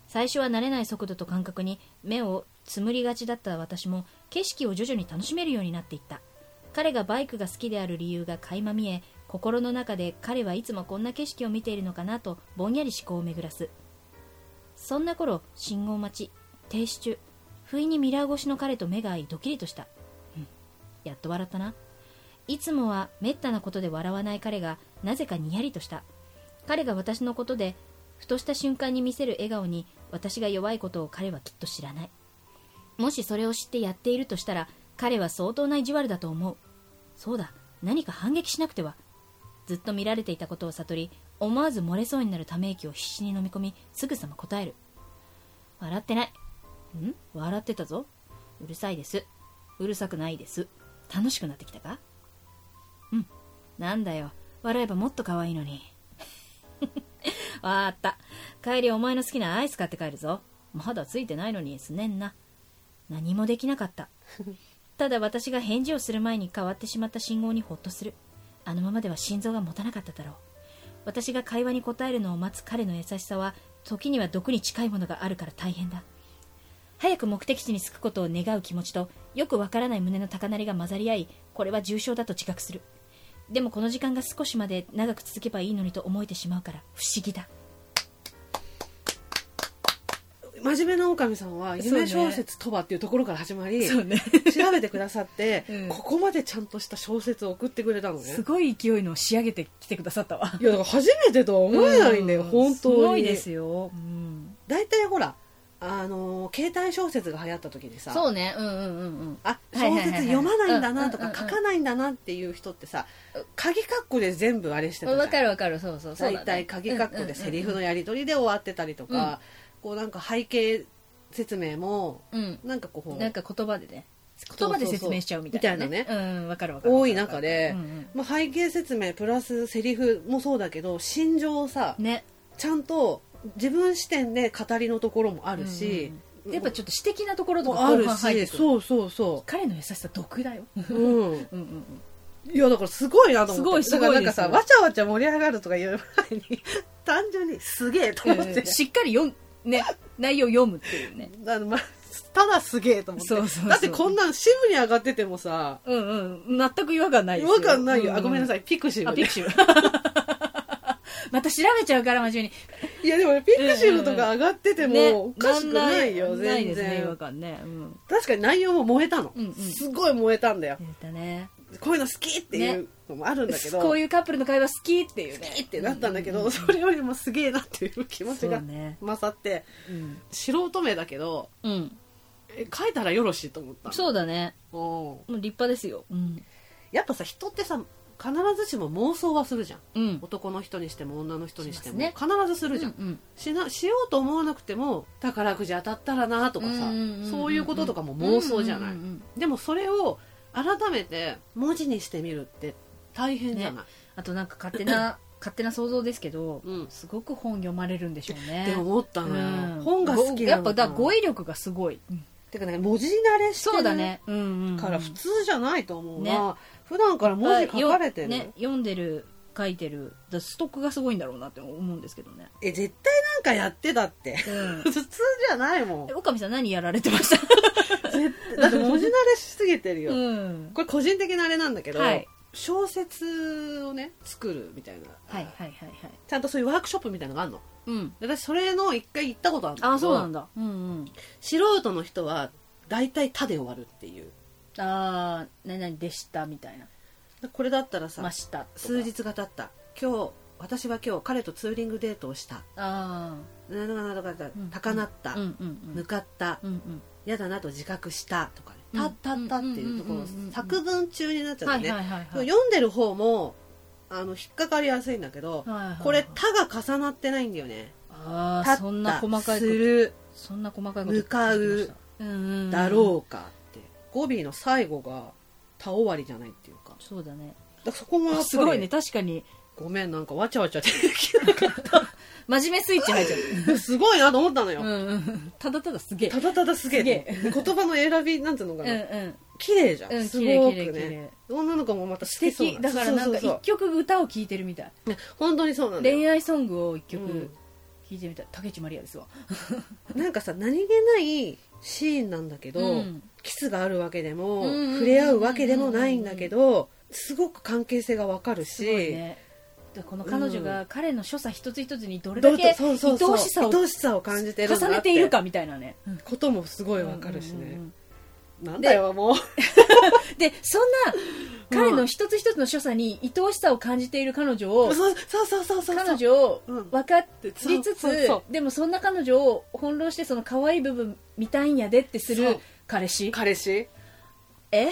Speaker 2: 最初は慣れない速度と感覚に目をつむりがちだった私も景色を徐々に楽しめるようになっていった彼がバイクが好きである理由が垣間見え心の中で彼はいつもこんな景色を見ているのかなとぼんやり思考を巡らすそんな頃信号待ち停止中不意にミラー越しの彼と目が合いドキリとした、うんやっと笑ったないつもはめったなことで笑わない彼がなぜかにやりとした彼が私のことでふとした瞬間に見せる笑顔に私が弱いことを彼はきっと知らないもしそれを知ってやっているとしたら彼は相当な意地悪だと思うそうだ何か反撃しなくてはずっと見られていたことを悟り思わず漏れそうになるため息を必死に飲み込みすぐさま答える笑ってないん笑ってたぞうるさいですうるさくないです楽しくなってきたかうんなんだよ笑えばもっと可愛いのにわーった帰りお前の好きなアイス買って帰るぞまだついてないのにすねんな何もできなかったただ私が返事をする前に変わってしまった信号にほっとするあのままでは心臓が持たなかっただろう私が会話に答えるのを待つ彼の優しさは時には毒に近いものがあるから大変だ早く目的地に着くことを願う気持ちとよくわからない胸の高鳴りが混ざり合いこれは重症だと自覚するでもこの時間が少しまで長く続けばいいのにと思えてしまうから不思議だ
Speaker 1: 真面目な狼さんは
Speaker 4: そう
Speaker 1: 夢
Speaker 4: ね
Speaker 1: 小説とはっていうところから始まり、
Speaker 4: うね
Speaker 1: 調べてくださって、
Speaker 4: うん
Speaker 1: ここまでちゃんとした小説を送ってくれたのね
Speaker 4: すごい勢いの仕上げてきてくださったわ
Speaker 1: いやだから初めてとは思えないんだよ、
Speaker 4: う
Speaker 1: 本当に
Speaker 4: すごいですよ、うん、
Speaker 1: 大体ほらあのー携帯小説が流行った時にさ
Speaker 4: そうねうんうんうんうん
Speaker 1: あ
Speaker 4: はいはいはいは
Speaker 1: 小
Speaker 4: い
Speaker 1: 説読まないんだなと
Speaker 4: う
Speaker 1: か
Speaker 4: んうんうん
Speaker 1: 書
Speaker 4: うん
Speaker 1: かないんだなっていう人ってさ鍵括弧で全部あれしてたじゃ
Speaker 4: わ
Speaker 1: ん
Speaker 4: かるわかるそうそうそうだね
Speaker 1: 大体鍵括弧でセリフのやり取りで終わってたりとか、こうなんか背景説明も
Speaker 4: うんうん
Speaker 1: なんかこう
Speaker 4: なんか言葉でね
Speaker 1: そうそ
Speaker 4: 言
Speaker 1: う
Speaker 4: 葉で説明しちゃうみたいな
Speaker 1: みたい
Speaker 4: うんわかるわかる
Speaker 1: 多い中で
Speaker 4: うんうん
Speaker 1: まあ、背景説明プラスセリフもそうだけど心情をさ
Speaker 4: ね
Speaker 1: ちゃんと自分視点で語りのところもあるし、
Speaker 4: でやっぱちょっと私的なところと
Speaker 1: も
Speaker 4: か
Speaker 1: あ
Speaker 4: 後
Speaker 1: る
Speaker 4: 半入って
Speaker 1: し
Speaker 4: くる
Speaker 1: そうそうそ
Speaker 4: 彼の優しさ毒だよ
Speaker 1: う、うん、
Speaker 4: うんうん
Speaker 1: いやだからすごいなと思って
Speaker 4: すごいすご
Speaker 1: だから
Speaker 4: い
Speaker 1: なんかさ
Speaker 4: ですよ
Speaker 1: わちゃわちゃ盛り上がるとか言う前に単純にすげえと
Speaker 4: う
Speaker 1: 思って
Speaker 4: ん、しっかり読んね内容読むっていうね
Speaker 1: あのまあ、ただすげえと思って
Speaker 4: そうそうそう
Speaker 1: だってこんなん支部に上がっててもさ
Speaker 4: うんうん全く違和感ない
Speaker 1: 違
Speaker 4: ですよ
Speaker 1: 和感ないよ、あごめんなさ
Speaker 4: い
Speaker 1: いピクシブ
Speaker 4: あ
Speaker 1: ね
Speaker 4: ピクシブ また調べちゃうから真面目に
Speaker 1: いやでもピクシブとか上がってて
Speaker 4: ね
Speaker 1: もおかしくないよ、
Speaker 4: んないで
Speaker 1: 全
Speaker 4: す
Speaker 1: 然、
Speaker 4: ね違和感ねうん
Speaker 1: 確かに内容も燃えたの、
Speaker 4: うんうん
Speaker 1: すごい燃えたんだよ
Speaker 4: 言ったね
Speaker 1: こういうの好きっていうのもあるんだけど、
Speaker 4: こういうカップルの会話好きっていうね
Speaker 1: 好きってなったんだけど、それよりもすげえなっていう気持ち
Speaker 4: そう
Speaker 1: が
Speaker 4: ね
Speaker 1: 勝って、
Speaker 4: うん、
Speaker 1: 素人目だけど
Speaker 4: うん、
Speaker 1: え書いたらよろしいと思った
Speaker 4: そううだね
Speaker 1: ん
Speaker 4: もう立派ですようん、
Speaker 1: やっぱさ人ってさ必ずしも妄想はするじゃん
Speaker 4: うん、
Speaker 1: 男の人にしても女の人にしても、
Speaker 4: し
Speaker 1: 必ずするじゃん、
Speaker 4: うんうん
Speaker 1: しなしようと思わなくても宝くじ当たったらなとかさ
Speaker 4: うんうんうんうん
Speaker 1: そういうこととかも妄想じゃない、
Speaker 4: うんうんうんうん
Speaker 1: でもそれを改めて文字にしてみるって大変じゃない、
Speaker 4: あとなんか勝手な 勝手な想像ですけど、
Speaker 1: うん
Speaker 4: すごく本読まれるんでしょうね
Speaker 1: って思ったのよ、
Speaker 4: うん
Speaker 1: 本が好きなのかな
Speaker 4: やっぱだから語彙力がすごい、
Speaker 1: てかね文字慣れして
Speaker 4: そうだ
Speaker 1: る
Speaker 4: ね、うんうんうん
Speaker 1: から普通じゃないと思うな、
Speaker 4: ね
Speaker 1: 普段から文字書かれてる、
Speaker 4: よね、読んでる書いてるだからストックがすごいんだろうなって思うんですけどね、
Speaker 1: え絶対なんかやってたって
Speaker 4: うん
Speaker 1: 普通じゃないもん
Speaker 4: え岡見さん何やられてました、
Speaker 1: 絶対だって文字慣れしすぎてるよ、
Speaker 4: うん、
Speaker 1: これ個人的なあれなんだけど、
Speaker 4: はい
Speaker 1: 小説をね作るみたいな、
Speaker 4: はいはいはいはい
Speaker 1: ちゃんとそういうワークショップみたいなのがあるの
Speaker 4: うん
Speaker 1: で私それの一回行ったことあるんだけど
Speaker 4: あそうなんだうんうん
Speaker 1: 素人の人は大体「た」で終わるっていう
Speaker 4: ああ何々でしたみたいな
Speaker 1: これだったらさ、
Speaker 4: ましたとか
Speaker 1: 数日が経った今日私は今日彼とツーリングデートをした
Speaker 4: あ
Speaker 1: なんとかなんとかだった
Speaker 4: うん
Speaker 1: 高鳴った、
Speaker 4: あうんうんう
Speaker 1: ぬ
Speaker 4: ん
Speaker 1: かった
Speaker 4: うんうん
Speaker 1: 嫌だなと自覚したとかね「
Speaker 4: うん
Speaker 1: たったった」っていうとこ
Speaker 4: う
Speaker 1: ろ
Speaker 4: んうんうんうん
Speaker 1: 作文中になっちゃう
Speaker 4: は
Speaker 1: ん
Speaker 4: い
Speaker 1: だよ
Speaker 4: はい
Speaker 1: ね
Speaker 4: はいはい
Speaker 1: 読んでる方もあの引っかかりやすいんだけど
Speaker 4: はいはいはい
Speaker 1: これ「た」が重なってないんだよね
Speaker 4: あ
Speaker 1: 立
Speaker 4: あ
Speaker 1: った
Speaker 4: そんな細かいこ
Speaker 1: す
Speaker 4: と
Speaker 1: る
Speaker 4: そんな細かいこと
Speaker 1: 向かうだ
Speaker 4: う
Speaker 1: ろうかって語尾の最後が「た」終わりじゃないっていうか
Speaker 4: んそうだね
Speaker 1: だからそこもやっぱり
Speaker 4: すごいね確かに
Speaker 1: ごめんなんかわちゃわちゃできなかっ
Speaker 4: 真面目スイッチ入っちゃ
Speaker 1: た すごいなと思ったのよ、
Speaker 4: ううんうんただただすげえ
Speaker 1: ただただすげえ
Speaker 4: す
Speaker 1: 言葉の選びなんていうの
Speaker 4: う
Speaker 1: か
Speaker 4: ん
Speaker 1: な、
Speaker 4: うん
Speaker 1: 綺麗じゃん、
Speaker 4: うん
Speaker 1: す
Speaker 4: 綺麗
Speaker 1: ごく
Speaker 4: 綺麗綺
Speaker 1: ね
Speaker 4: 麗
Speaker 1: 女の子もまた
Speaker 4: 素
Speaker 1: 素敵
Speaker 4: 敵だからなんか
Speaker 1: そうそう
Speaker 4: 一曲歌を聴いてるみたい
Speaker 1: そう本当にそうなんだよ
Speaker 4: 恋愛ソングを一
Speaker 1: うん
Speaker 4: 曲聴いてみたい竹内まりやですわ
Speaker 1: なんかさ何気ないシーンなんだけど、
Speaker 4: うん
Speaker 1: キスがあるわけでも、
Speaker 4: うんうんうん
Speaker 1: 触れ合うわけでもないんだけどすごく関係性がわかる
Speaker 4: すご
Speaker 1: し、
Speaker 4: いねでこの彼女が彼の所作一つ一つにどれ
Speaker 1: ど
Speaker 4: だ
Speaker 1: う
Speaker 4: け
Speaker 1: と
Speaker 4: 愛
Speaker 1: そう
Speaker 4: お
Speaker 1: そうそう
Speaker 4: しさを
Speaker 1: 愛おしさを感じてるんだ
Speaker 4: 重ねているかみたいなね
Speaker 1: こともすごいわかるしね、
Speaker 4: うんうんうん
Speaker 1: なんだよもう
Speaker 4: でそんな彼の一つ一つの所作に愛おしさを感じている彼女を
Speaker 1: そうそうそうそうそう
Speaker 4: 彼女を
Speaker 1: うん
Speaker 4: 分かりつ
Speaker 1: そうそう
Speaker 4: つ
Speaker 1: そ
Speaker 4: でもそんな彼女を翻弄してその可愛い部分見たいんやでってす
Speaker 1: そう
Speaker 4: る彼氏
Speaker 1: 彼氏
Speaker 2: え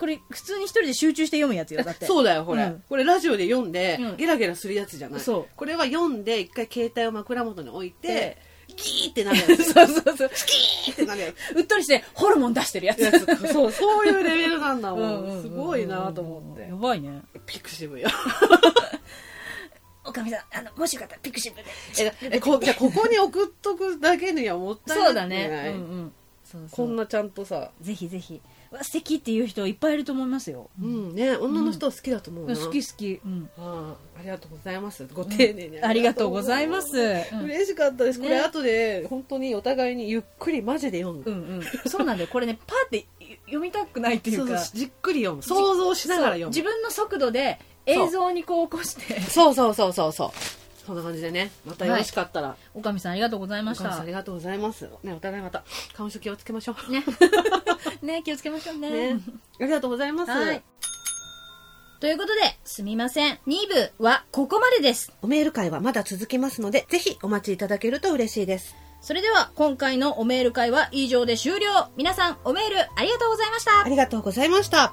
Speaker 2: これ普通に一人で集中して読むやつよだって
Speaker 1: そうだよこれ、
Speaker 4: うん
Speaker 1: これラジオで読んで、
Speaker 4: うん
Speaker 1: ゲラゲラするやつじゃない
Speaker 4: そう
Speaker 1: これは読んで一回携帯を枕元に置いて
Speaker 4: で
Speaker 1: ギーってなるやつ
Speaker 4: そうそうそう
Speaker 1: ギーってなるやつ
Speaker 4: うっとりしてホルモン出してるやつ
Speaker 1: やつそうそういうレベルなんだも
Speaker 4: うん
Speaker 1: ん
Speaker 4: うんうん
Speaker 1: すごいなと思って
Speaker 2: やばいね
Speaker 1: ピクシブよ
Speaker 4: おかみさんあのもしよかったらピクシブで
Speaker 1: ええこじゃあここに送っとくだけにはもったいない
Speaker 4: そうだね
Speaker 1: ない
Speaker 4: うんうんそうそ
Speaker 1: こ
Speaker 4: うん
Speaker 1: なちゃんとさ
Speaker 2: ぜひぜひうわ素敵っていう人いっぱいいると思いますよ、
Speaker 1: うんね女の人は好きだと思うな、
Speaker 4: 好き好き
Speaker 2: うん、
Speaker 1: ああありがとうございますご丁寧に、
Speaker 2: ありがとうございます、うん
Speaker 1: 嬉しかったです、
Speaker 2: ね
Speaker 1: これ後で本当にお互いにゆっくりマジで読む、
Speaker 4: うんうんそうなんだよこれねパーって読みたくないってい
Speaker 1: そうう
Speaker 4: か
Speaker 1: そうじっくり読む想像しながら読む
Speaker 4: 自分の速度で映像にこう起こして
Speaker 1: そうそうそうそうそうそんな感じでねまたよろしかったら、
Speaker 2: おかみさんありがとうござい
Speaker 1: お
Speaker 2: まし
Speaker 1: 母さん
Speaker 2: た
Speaker 1: ありがとうございますねお互いまた感触気をつけましょう
Speaker 2: ねね気をつけましょうね
Speaker 1: ねありがとうございます、
Speaker 2: はいということですみません2部はここまでです
Speaker 1: おメール会はまだ続きますのでぜひお待ちいただけると嬉しいです
Speaker 2: それでは今回のおメール会は以上で終了皆さんおメールありがとうございました
Speaker 1: ありがとうございました